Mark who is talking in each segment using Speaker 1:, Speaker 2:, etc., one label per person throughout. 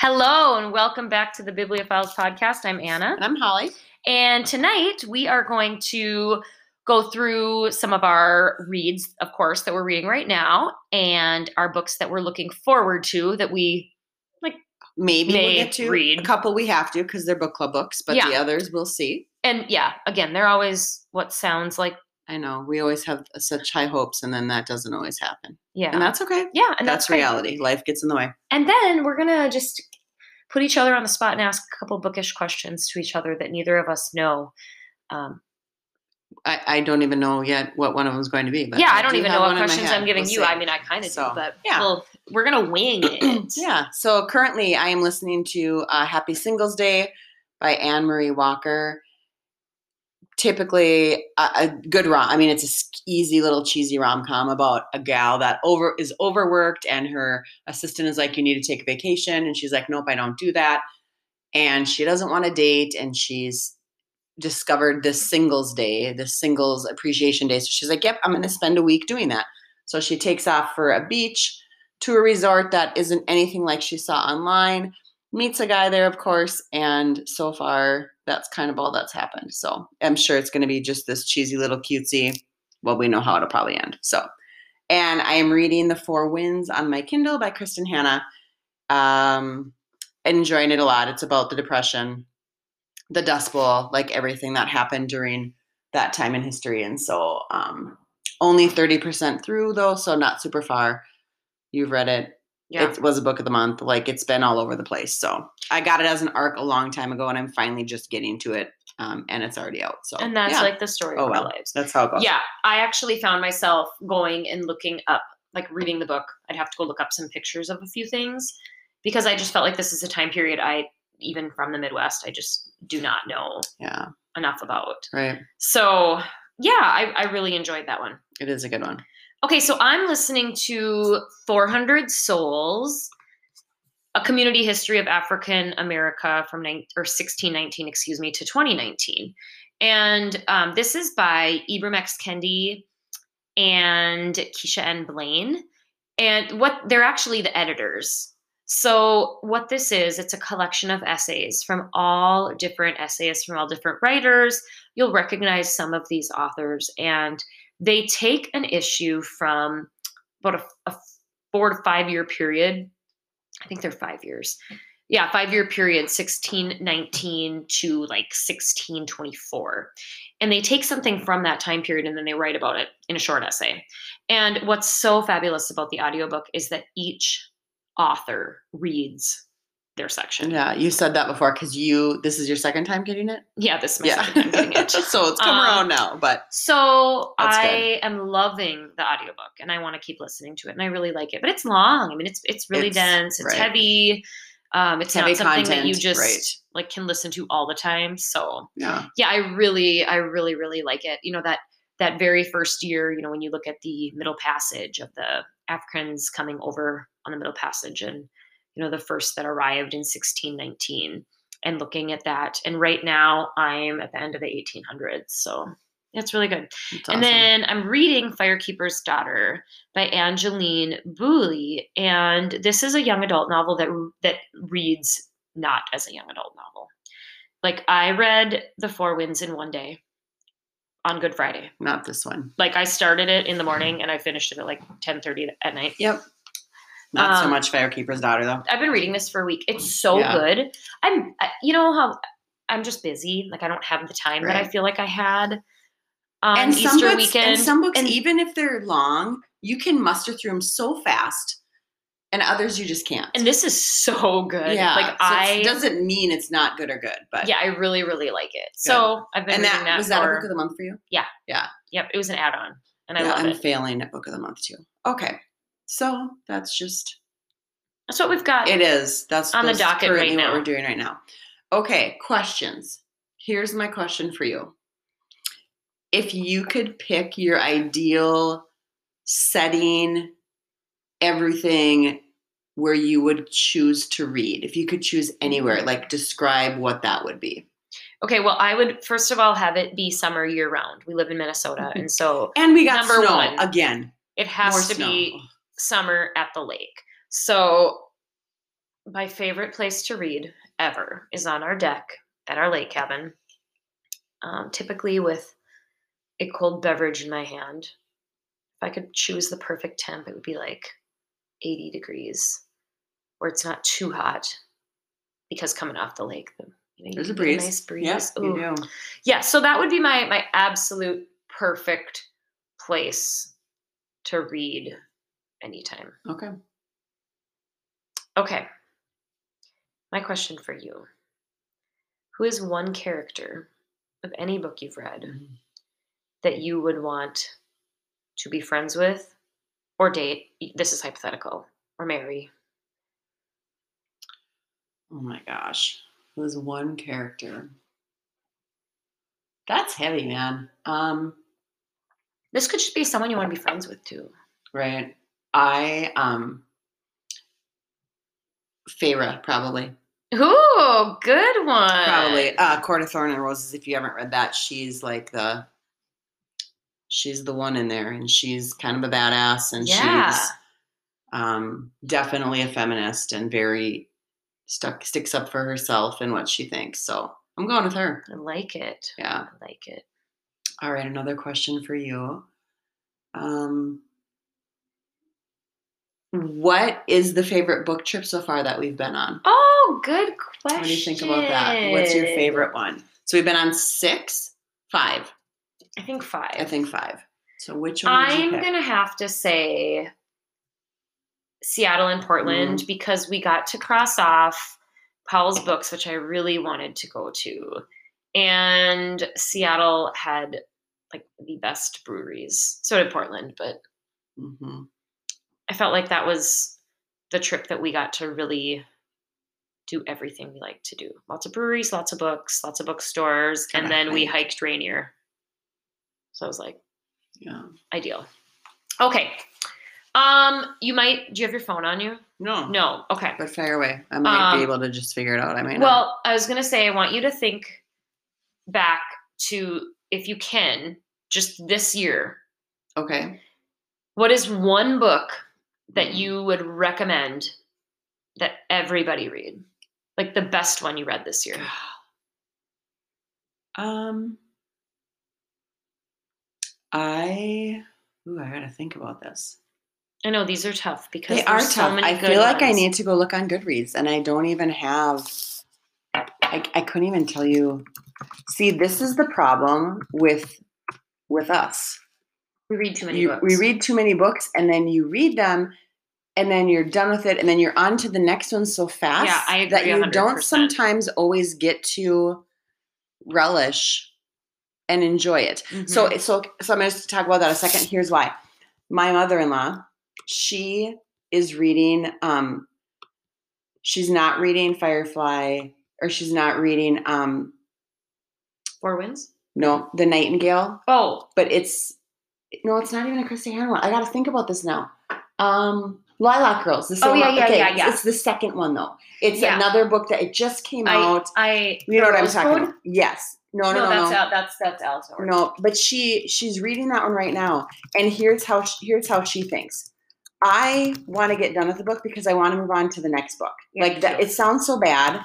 Speaker 1: Hello and welcome back to the Bibliophiles podcast. I'm Anna.
Speaker 2: And I'm Holly.
Speaker 1: And tonight we are going to go through some of our reads, of course, that we're reading right now and our books that we're looking forward to that we
Speaker 2: Maybe
Speaker 1: May
Speaker 2: we'll get to
Speaker 1: read.
Speaker 2: a couple we have to because they're book club books, but the
Speaker 1: Yeah.
Speaker 2: others we'll see.
Speaker 1: and yeah, again, they're always what sounds like
Speaker 2: I know we always have such high hopes, and then that doesn't always happen,
Speaker 1: yeah.
Speaker 2: and that's okay.
Speaker 1: yeah, and
Speaker 2: that's
Speaker 1: great.
Speaker 2: reality. Life gets in the way.
Speaker 1: And then we're going to just put each other on the spot and ask a couple bookish questions to each other that neither of us know. Um,
Speaker 2: I, I don't even know yet what one of them is going to be. But
Speaker 1: yeah, I don't
Speaker 2: do
Speaker 1: even
Speaker 2: have
Speaker 1: know what
Speaker 2: one in my
Speaker 1: questions
Speaker 2: head.
Speaker 1: I'm giving
Speaker 2: We'll
Speaker 1: you.
Speaker 2: see.
Speaker 1: I mean, I kind of
Speaker 2: So,
Speaker 1: do, but
Speaker 2: yeah.
Speaker 1: well, we're going to wing it.
Speaker 2: yeah. So currently, I am listening to uh, "Happy Singles Day" by Anne Marie Walker. Typically, a, a good rom. I mean, it's a s- easy little cheesy rom com about a gal that over is overworked, and her assistant is like, "You need to take a vacation," and she's like, "Nope, I don't do that." And she doesn't want to date, and she's discovered this Singles Day, this Singles Appreciation Day. So she's like, "Yep, I'm going to spend a week doing that." So she takes off for a beach to a resort that isn't anything like she saw online. Meets a guy there, of course, and so far that's kind of all that's happened. So I'm sure it's going to be just this cheesy little cutesy. Well, we know how it'll probably end. So, and I am reading The Four Winds on my Kindle by Kristen Hanna. Um, enjoying it a lot. It's about the Depression, the Dust Bowl, like everything that happened during that time in history. And so, um, only 30% through though, so not super far. You've read it.
Speaker 1: Yeah.
Speaker 2: It was a book of the month. Like it's been all over the place. So I got it as an arc a long time ago, and I'm finally just getting to it, um, and it's already out. So
Speaker 1: and that's
Speaker 2: yeah,
Speaker 1: like the story
Speaker 2: Oh,
Speaker 1: of
Speaker 2: well.
Speaker 1: our lives.
Speaker 2: that's how it goes.
Speaker 1: Yeah, I actually found myself going and looking up, like reading the book. I'd have to go look up some pictures of a few things because I just felt like this is a time period I, even from the Midwest, I just do not know
Speaker 2: yeah,
Speaker 1: enough about.
Speaker 2: right.
Speaker 1: So, yeah, I, I really enjoyed that one.
Speaker 2: It is a good one.
Speaker 1: Okay, so I'm listening to 400 Souls, a community history of African America from nine, or 1619, excuse me, to 2019. And um, this is by Ibram X. Kendi and Keisha N. Blaine. And what they're actually the editors. So, what this is, it's a collection of essays from all different essayists, from all different writers. You'll recognize some of these authors. And they take an issue from about a, a four to five year period. I think they're five years. Yeah, five year period, 1619 to like 1624. And they take something from that time period and then they write about it in a short essay. And what's so fabulous about the audiobook is that each author reads their section.
Speaker 2: Yeah, you said that before because you. This is your second time getting it.
Speaker 1: Yeah, this is my
Speaker 2: yeah,
Speaker 1: second time getting it.
Speaker 2: so it's come
Speaker 1: Um,
Speaker 2: around now, but
Speaker 1: So
Speaker 2: That's good.
Speaker 1: I am loving the audiobook and I want to keep listening to it and I really like it. But it's long. I mean it's it's really
Speaker 2: It's-
Speaker 1: dense, it's
Speaker 2: right.
Speaker 1: heavy. Um it's
Speaker 2: Heavy
Speaker 1: not something that you
Speaker 2: content,
Speaker 1: just
Speaker 2: right.
Speaker 1: like can listen to all the time. So
Speaker 2: yeah,
Speaker 1: yeah, I really, I really, really like it. You know, that that very first year, you know, when you look at the middle passage of the Africans coming over on the middle passage and, you know, the first that arrived in 1619 and looking at that. And right now I'm at the end of the 1800s. So it's really good.
Speaker 2: it's awesome.
Speaker 1: And then I'm reading Firekeeper's Daughter by Angeline Booley, and this is a young adult novel that that reads not as a young adult novel. Like I read The Four Winds in one day on Good Friday.
Speaker 2: not this one.
Speaker 1: Like I started it in the morning and I finished it at like 10:30 at night.
Speaker 2: Yep. Not so
Speaker 1: Um,
Speaker 2: much Firekeeper's Daughter though.
Speaker 1: I've been reading this for a week. It's so
Speaker 2: Yeah.
Speaker 1: good. I'm, I- you know how I'm just busy. Like I don't have the time that I
Speaker 2: Right.
Speaker 1: feel like I had on
Speaker 2: and
Speaker 1: Easter
Speaker 2: some books,
Speaker 1: weekend.
Speaker 2: And some books,
Speaker 1: and-
Speaker 2: even if they're long, you can muster through them so fast, and others you just can't.
Speaker 1: and this is so good.
Speaker 2: yeah,
Speaker 1: like
Speaker 2: so it's-
Speaker 1: I
Speaker 2: doesn't mean it's not good or good, but
Speaker 1: yeah, I really really like it. So I've been
Speaker 2: And
Speaker 1: reading
Speaker 2: that,
Speaker 1: that,
Speaker 2: was that a
Speaker 1: for-
Speaker 2: book of the month for you?
Speaker 1: yep, it was an add on, and I
Speaker 2: yeah,
Speaker 1: love
Speaker 2: I'm
Speaker 1: it.
Speaker 2: failing at book of the month too. Okay, so that's just
Speaker 1: That's what we've got.
Speaker 2: it is. That's
Speaker 1: On the
Speaker 2: that's
Speaker 1: docket right
Speaker 2: currently
Speaker 1: now.
Speaker 2: What we're doing right now. Okay, questions. Here's my question for you. If you could pick your ideal setting, everything where you would choose to read, if you could choose
Speaker 1: Mm-hmm.
Speaker 2: anywhere, like describe what that would be.
Speaker 1: Okay, well, I would first of all have it be summer year round. We live in Minnesota, and so
Speaker 2: And we got
Speaker 1: Number
Speaker 2: snow
Speaker 1: one.
Speaker 2: again.
Speaker 1: it has
Speaker 2: Mm-hmm. More
Speaker 1: to
Speaker 2: snow.
Speaker 1: be summer at the lake. So my favorite place to read ever is on our deck at our lake cabin, um, typically with a cold beverage in my hand. If I could choose the perfect temp, it would be like 80 degrees, where it's not too hot, because coming off the lake, the, you know, you
Speaker 2: There's a
Speaker 1: get
Speaker 2: breeze.
Speaker 1: nice breeze.
Speaker 2: Yes, you
Speaker 1: Ooh.
Speaker 2: do.
Speaker 1: yeah so that would be my my absolute perfect place to read anytime
Speaker 2: Okay.
Speaker 1: okay my question for you who is one character of any book you've read
Speaker 2: Oh
Speaker 1: that you would want to be friends with or date this is hypothetical or marry
Speaker 2: Oh my gosh. Who's one character? That's heavy, man. Um,
Speaker 1: this could just be someone you want to be friends with too
Speaker 2: right. I um Feyre, probably.
Speaker 1: ooh good one
Speaker 2: Probably. Uh Court of Thorn and Roses, if you haven't read that, she's like the she's the one in there and she's kind of a badass and
Speaker 1: Yeah.
Speaker 2: she's um definitely a feminist and very stuck sticks up for herself and what she thinks. So I'm going with her.
Speaker 1: i like it
Speaker 2: Yeah.
Speaker 1: i like it
Speaker 2: All right, another question for you. Um, what is the favorite book trip so far that we've been on?
Speaker 1: Oh, good question.
Speaker 2: What do you think about that? What's your favorite one? So we've been on six, five.
Speaker 1: I think five.
Speaker 2: I think five. So which one? Would you
Speaker 1: I'm
Speaker 2: pick?
Speaker 1: gonna have to say Seattle and
Speaker 2: Mm-hmm.
Speaker 1: Portland because we got to cross off Paul's books, which I really wanted to go to, and Seattle had like the best breweries. So did Portland, but
Speaker 2: Mhm.
Speaker 1: I felt like that was the trip that we got to really do everything we like to do. Lots of breweries, lots of books, lots of bookstores, and then we hiked Rainier. So I was like,
Speaker 2: Yeah.
Speaker 1: ideal. Okay. Um, you might. Do you have your phone on you?
Speaker 2: No.
Speaker 1: No. Okay.
Speaker 2: But fire away. I might
Speaker 1: Um,
Speaker 2: be able to just figure it out. I might. not.
Speaker 1: Well, I was gonna say I want you to think back to if you can just this year.
Speaker 2: Okay.
Speaker 1: What is one book that
Speaker 2: Mhm.
Speaker 1: you would recommend that everybody read? Like the best one you read this year.
Speaker 2: Um. I. Ooh, I gotta think about this.
Speaker 1: I know these are tough because
Speaker 2: They are
Speaker 1: there's
Speaker 2: tough.
Speaker 1: so many
Speaker 2: I
Speaker 1: good
Speaker 2: feel like I
Speaker 1: ones.
Speaker 2: need to go look on Goodreads, and I don't even have. I, I couldn't even tell you. See, this is the problem with with us.
Speaker 1: we read too many
Speaker 2: You,
Speaker 1: books.
Speaker 2: we read too many books, and then you read them, and then you're done with it, and then you're on to the next one so fast
Speaker 1: I
Speaker 2: that
Speaker 1: agree
Speaker 2: you don't
Speaker 1: 100%.
Speaker 2: sometimes always get to relish and enjoy it.
Speaker 1: Mhm.
Speaker 2: So so so I'm going to talk about that a second. Here's why. My mother-in-law, she is reading um she's not reading Firefly or she's not reading um
Speaker 1: four wins.
Speaker 2: no, The Nightingale,
Speaker 1: Oh,
Speaker 2: but it's no, it's not even a Christy Hanna one. I got to think about this now. Um Lilac Girls. The
Speaker 1: Oh,
Speaker 2: same
Speaker 1: yeah,
Speaker 2: one-
Speaker 1: yeah, yeah,
Speaker 2: it's-
Speaker 1: yeah.
Speaker 2: It's the second one though. It's
Speaker 1: Yeah.
Speaker 2: another book that it just came
Speaker 1: I,
Speaker 2: out.
Speaker 1: I.
Speaker 2: You know what I'm
Speaker 1: Rose
Speaker 2: talking
Speaker 1: Code?
Speaker 2: about? Yes. No, no, no.
Speaker 1: that's
Speaker 2: no.
Speaker 1: out. That's that's Alice. Orange.
Speaker 2: No, but she she's reading that one right now, and here's how she, here's how she thinks. I want to get done with the book because I want to move on to the next book.
Speaker 1: Yeah, me
Speaker 2: like that,
Speaker 1: too.
Speaker 2: it sounds so bad,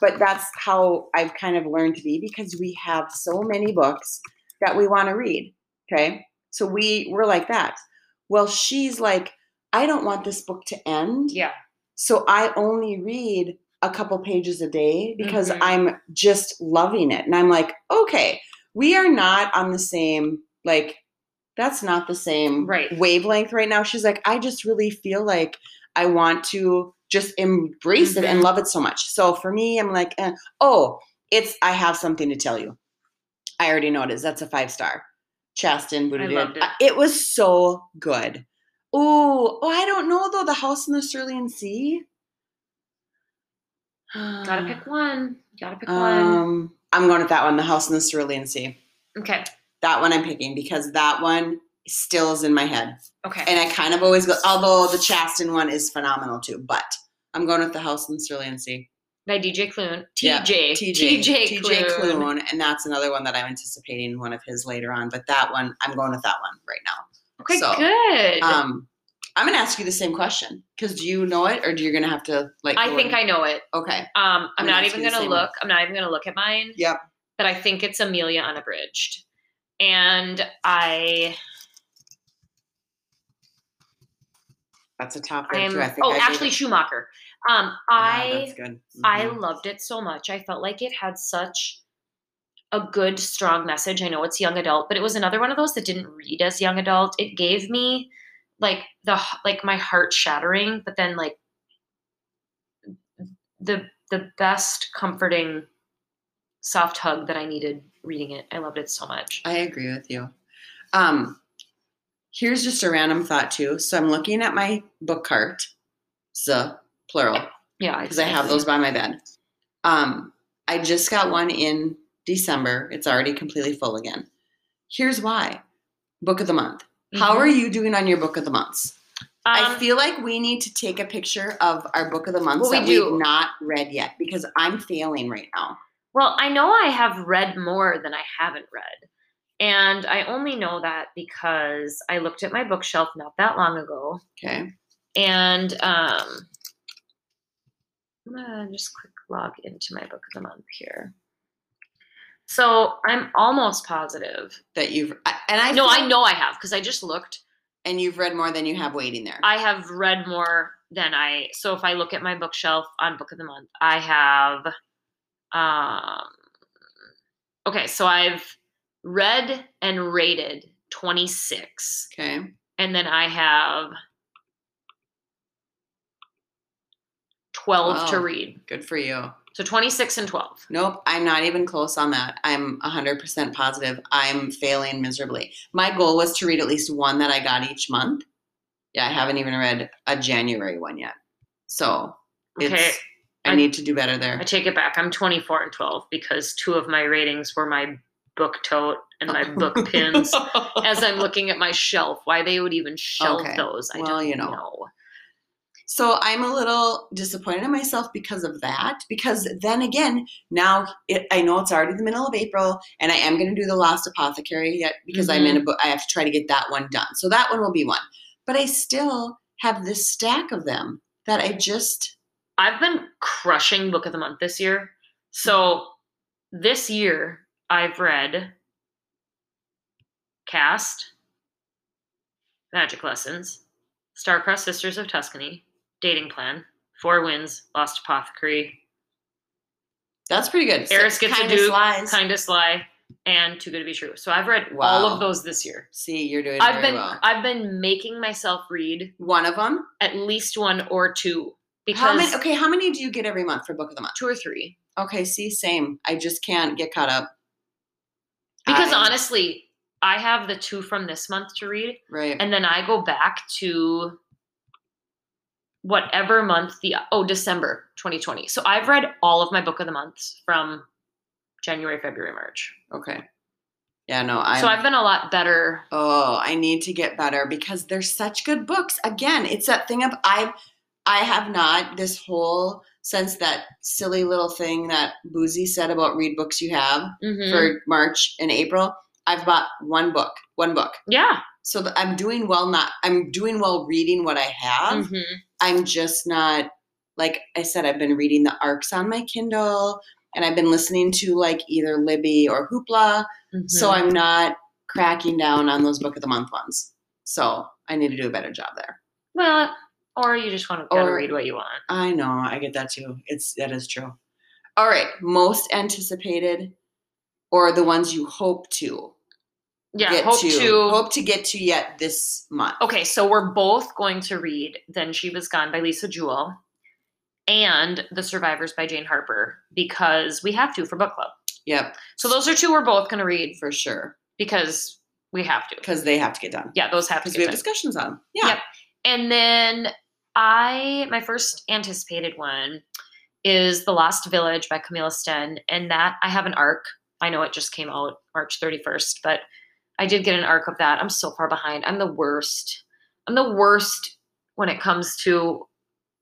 Speaker 2: but that's how I've kind of learned to be because we have so many books that we want to read. Okay, so we we're like that. Well, she's like, I don't want this book to end.
Speaker 1: Yeah.
Speaker 2: So I only read a couple pages a day because
Speaker 1: Mhm.
Speaker 2: I'm just loving it. And I'm like, okay, we are not on the same, like, that's not the same
Speaker 1: Right.
Speaker 2: wavelength right now. She's like, I just really feel like I want to just embrace it
Speaker 1: Mm-hmm.
Speaker 2: and love it so much. So for me, I'm like, eh, oh, it's, I have something to tell you. I already know it is. That's a five star. Chasten, Buddha
Speaker 1: loved it.
Speaker 2: it was so good. Ooh, oh, I don't know though. The House in the Cerulean Sea.
Speaker 1: Gotta pick one. Gotta pick one.
Speaker 2: Uh, Um, I'm going with that one. The House in the Cerulean Sea.
Speaker 1: Okay.
Speaker 2: That one I'm picking because that one still is in my head,
Speaker 1: Okay.
Speaker 2: and I kind of always go. Although the Chasten one is phenomenal too, but I'm going with the House in the Cerulean Sea.
Speaker 1: By DJ Clune.
Speaker 2: Yeah,
Speaker 1: TJ.
Speaker 2: TJ
Speaker 1: TJ Clune.
Speaker 2: Clune, and that's another one that I'm anticipating one of his later on. But that one, I'm going with that one right now.
Speaker 1: Okay,
Speaker 2: So,
Speaker 1: good.
Speaker 2: Um, I'm gonna ask you the same question because do you know it or do you're gonna have to like?
Speaker 1: I
Speaker 2: go
Speaker 1: think
Speaker 2: in-
Speaker 1: I know it.
Speaker 2: okay.
Speaker 1: Um,
Speaker 2: I'm
Speaker 1: I'm
Speaker 2: gonna
Speaker 1: not
Speaker 2: ask
Speaker 1: even
Speaker 2: you the
Speaker 1: gonna
Speaker 2: same
Speaker 1: look. I'm not even gonna look at mine.
Speaker 2: Yep.
Speaker 1: But I think it's Amelia Unabridged, and I
Speaker 2: That's a top
Speaker 1: I
Speaker 2: there
Speaker 1: am
Speaker 2: too. I think.
Speaker 1: oh
Speaker 2: I gave
Speaker 1: Ashley
Speaker 2: it-
Speaker 1: Schumacher. Um,
Speaker 2: Ah,
Speaker 1: I
Speaker 2: that's good.
Speaker 1: I
Speaker 2: Mhm.
Speaker 1: loved it so much. I felt like it had such a good, strong message. I know it's young adult, but it was another one of those that didn't read as young adult. It gave me like the h- like my heart shattering, but then like the the best comforting soft hug that I needed reading it. I loved it so much.
Speaker 2: I agree with you. Um, here's just a random thought too. So I'm looking at my book cart, the plural,
Speaker 1: Yeah,
Speaker 2: because I have those by my bed. Um, I just got one in December. It's already completely full again. Here's why. Book of the month.
Speaker 1: Mm-hmm.
Speaker 2: How are you doing on your book of the months? I feel like we need to take a picture of our book of the months
Speaker 1: Um, Well, we
Speaker 2: that
Speaker 1: do.
Speaker 2: we've not read yet because I'm failing right now.
Speaker 1: Well, I know I have read more than I haven't read. And I only know that because I looked at my bookshelf not that long ago.
Speaker 2: Okay.
Speaker 1: And um, I'm going to just quick log into my book of the month here. So I'm almost positive.
Speaker 2: That you've I- and I
Speaker 1: No,
Speaker 2: feel-
Speaker 1: I know I have because I just looked.
Speaker 2: and you've read more than you have waiting there.
Speaker 1: I have read more than I. So if I look at my bookshelf on Book of the Month, I have. Um, okay, so I've read and rated 26,
Speaker 2: okay.
Speaker 1: and then I have 12 to
Speaker 2: Wow.
Speaker 1: read.
Speaker 2: Good for you.
Speaker 1: So 26 and 12.
Speaker 2: Nope, I'm not even close on that. I'm 100% positive. I'm failing miserably. My goal was to read at least one that I got each month. Yeah, I haven't even read a January one yet. So, it's,
Speaker 1: Okay,
Speaker 2: I,
Speaker 1: I-
Speaker 2: need to do better
Speaker 1: I
Speaker 2: there.
Speaker 1: take it back. I'm 24 and 12 because two of my ratings were my book tote and my book pins. as I'm looking at my shelf, why they would even shelve
Speaker 2: Okay.
Speaker 1: those, I
Speaker 2: Well,
Speaker 1: don't
Speaker 2: you know.
Speaker 1: know.
Speaker 2: So I'm a little disappointed in myself because of that. Because then again, now it, I know it's already the middle of April, and I am going to do the Lost Apothecary yet because I'm
Speaker 1: Mm-hmm.
Speaker 2: in a book. I have to try to get that one done. So that one will be one. But I still have this stack of them that I just
Speaker 1: I've been crushing book of the month this year. So this year I've read Cast, Magic Lessons, Starcrossed Sisters of Tuscany, Dating Plan, Four Winds, Lost Apothecary,
Speaker 2: that's pretty good.
Speaker 1: Eris
Speaker 2: Six
Speaker 1: Gets a
Speaker 2: Kinda
Speaker 1: Duke,
Speaker 2: Slies.
Speaker 1: Kinda Sly, and Too Good to Be True. So I've read all
Speaker 2: Wow.
Speaker 1: of those this year.
Speaker 2: See, you're doing.
Speaker 1: I've
Speaker 2: very
Speaker 1: been
Speaker 2: well.
Speaker 1: I've been making myself read
Speaker 2: one of them.
Speaker 1: at least one or two because
Speaker 2: How many? Okay, how many do you get every month for book of the month?
Speaker 1: two or three.
Speaker 2: Okay, see, same. I just can't get caught up.
Speaker 1: Because
Speaker 2: I-
Speaker 1: honestly, I have the two from this month to read,
Speaker 2: right?
Speaker 1: and then I go back to whatever month the oh December 2020. So I've read all of my book of the months from January, February, March.
Speaker 2: Okay. Yeah, no, I.
Speaker 1: so I've been a lot better.
Speaker 2: Oh, I need to get better because they're such good books. Again, it's that thing of I I have not this whole since that silly little thing that Boozy said about read books you have
Speaker 1: Mhm.
Speaker 2: for March and April. I've bought one book, one book.
Speaker 1: yeah.
Speaker 2: So that I'm doing well not I'm doing well reading what I have.
Speaker 1: Mhm.
Speaker 2: I'm just not like I said I've been reading the arcs on my Kindle and I've been listening to like either Libby or Hoopla. So
Speaker 1: Mhm.
Speaker 2: I'm not cracking down on those book of the month ones. So I need to do a better job there.
Speaker 1: well, or you just want to gotta
Speaker 2: Or-
Speaker 1: read what you want.
Speaker 2: I know, I get that too. It's that is true. All right, most anticipated or the ones you hope to
Speaker 1: Yeah,
Speaker 2: get
Speaker 1: hope
Speaker 2: to,
Speaker 1: to
Speaker 2: hope to get to yet this month.
Speaker 1: Okay, so we're both going to read Then She Was Gone by Lisa Jewell and The Survivors by Jane Harper because we have to for book club.
Speaker 2: Yep,
Speaker 1: So those are two we're both going to read
Speaker 2: for sure,
Speaker 1: because we have to.
Speaker 2: because they have to get done.
Speaker 1: Yeah, those have to
Speaker 2: Because we
Speaker 1: get
Speaker 2: have
Speaker 1: done.
Speaker 2: discussions on. 'em. Yeah.
Speaker 1: Yep. And then I my first anticipated one is The Lost Village by Camilla Sten and that I have an arc. I know it just came out March 31st, but I did get an arc of that. I'm so far behind. I'm the worst. I'm the worst when it comes to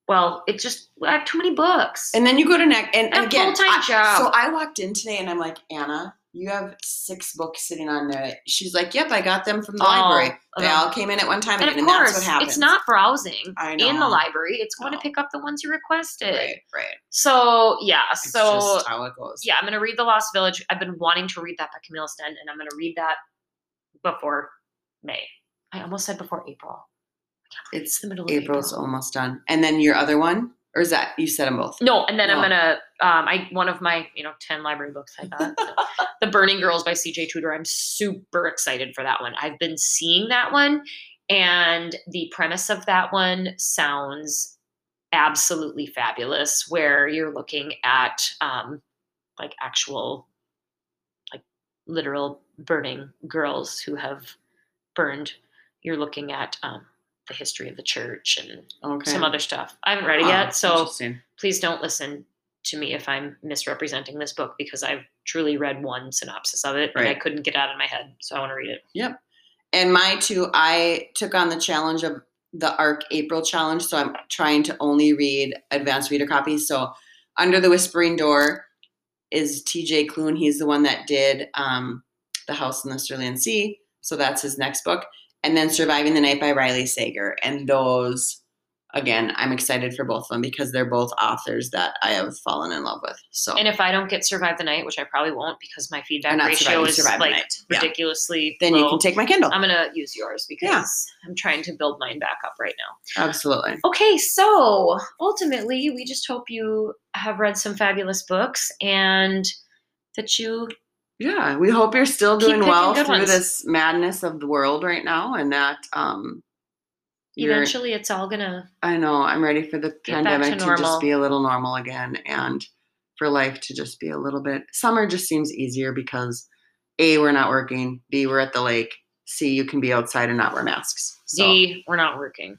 Speaker 1: well, it just I have too many books.
Speaker 2: And then you go to next, and,
Speaker 1: I have
Speaker 2: again,
Speaker 1: full-time
Speaker 2: I-
Speaker 1: job.
Speaker 2: so I walked in today, and I'm like, Anna, you have six books sitting on there. She's like, yep, I got them from the
Speaker 1: All
Speaker 2: library. They
Speaker 1: of
Speaker 2: all came in at one
Speaker 1: Um,
Speaker 2: time,
Speaker 1: And
Speaker 2: again,
Speaker 1: of
Speaker 2: and
Speaker 1: course,
Speaker 2: that's what happens.
Speaker 1: it's not browsing
Speaker 2: I
Speaker 1: in the
Speaker 2: know.
Speaker 1: library. It's going
Speaker 2: No.
Speaker 1: to pick up the ones you requested.
Speaker 2: right, right.
Speaker 1: So yeah,
Speaker 2: It's
Speaker 1: so
Speaker 2: just how it goes.
Speaker 1: yeah, I'm gonna read The Lost Village. I've been wanting to read that by Camille Sten, and I'm gonna read that before May. I almost said before April. It's
Speaker 2: it's
Speaker 1: the middle of
Speaker 2: April's
Speaker 1: April.
Speaker 2: almost done, and then your other one, or is that you said them both?
Speaker 1: No, and then I'm
Speaker 2: No.
Speaker 1: gonna um I one of my, you know, ten library books I got. so- the Burning Girls by CJ Tudor. I'm super excited for that one. I've been seeing that one and the premise of that one sounds absolutely fabulous where you're looking at um like actual like literal burning girls who have burned you're looking at um the history of the church and
Speaker 2: Okay.
Speaker 1: some other stuff. I haven't read it
Speaker 2: Oh,
Speaker 1: yet, so
Speaker 2: interesting.
Speaker 1: please don't listen to me if I'm misrepresenting this book because I've truly read one synopsis of it and I
Speaker 2: Right.
Speaker 1: couldn't get it out of my head, so I want to read it.
Speaker 2: and my two, I took on the challenge of the Arc April challenge, so I'm trying to only read advanced reader copies. So, Under the Whispering Door is T.J. Klune. He's the one that did um, The House in the Cerulean Sea, so that's his next book. And then Surviving the Night by Riley Sager, and those. Again, I'm excited for both of them because they're both authors that I have fallen in love with. So
Speaker 1: And if I don't get survive the night, which I probably won't because my feedback
Speaker 2: Or not
Speaker 1: ratio
Speaker 2: Survive,
Speaker 1: is
Speaker 2: Survive the
Speaker 1: like
Speaker 2: Night. Yeah.
Speaker 1: ridiculously
Speaker 2: then you
Speaker 1: low,
Speaker 2: can take my Kindle.
Speaker 1: I'm gonna use yours because I'm trying to build mine back up right now.
Speaker 2: Absolutely.
Speaker 1: Okay, so ultimately, we just hope you have read some fabulous books and that you
Speaker 2: Yeah, we hope you're still
Speaker 1: Keep
Speaker 2: doing
Speaker 1: picking
Speaker 2: well
Speaker 1: good
Speaker 2: through
Speaker 1: ones.
Speaker 2: this madness of the world right now, and that um, you're.
Speaker 1: eventually it's all gonna
Speaker 2: I know I'm ready for the
Speaker 1: back
Speaker 2: pandemic
Speaker 1: to
Speaker 2: to,
Speaker 1: normal.
Speaker 2: just be a little normal again, and for life to just be a little bit. Summer just seems easier because a we're not working, b we're at the lake, c you can be outside and not wear masks. So
Speaker 1: see we're not working.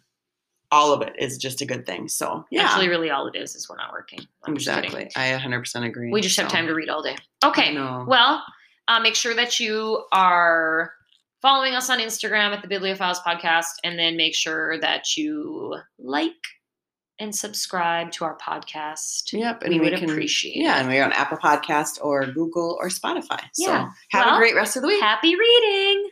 Speaker 2: all of it is just a good thing. So yeah,
Speaker 1: Actually, really, all it is is we're not working. I'm just kidding.
Speaker 2: exactly. I 100 percent agree.
Speaker 1: We just have
Speaker 2: So,
Speaker 1: time to read all day.
Speaker 2: I
Speaker 1: Okay.
Speaker 2: know.
Speaker 1: Well, uh, make sure that you are following us on Instagram at the Bibliophiles Podcast, and then make sure that you like and subscribe to our podcast.
Speaker 2: Yep, and
Speaker 1: we, would
Speaker 2: can,
Speaker 1: appreciate
Speaker 2: Yeah,
Speaker 1: it.
Speaker 2: and we're on Apple Podcast or Google or Spotify. So
Speaker 1: Yeah.
Speaker 2: have
Speaker 1: Well,
Speaker 2: a great rest of the week.
Speaker 1: Happy reading.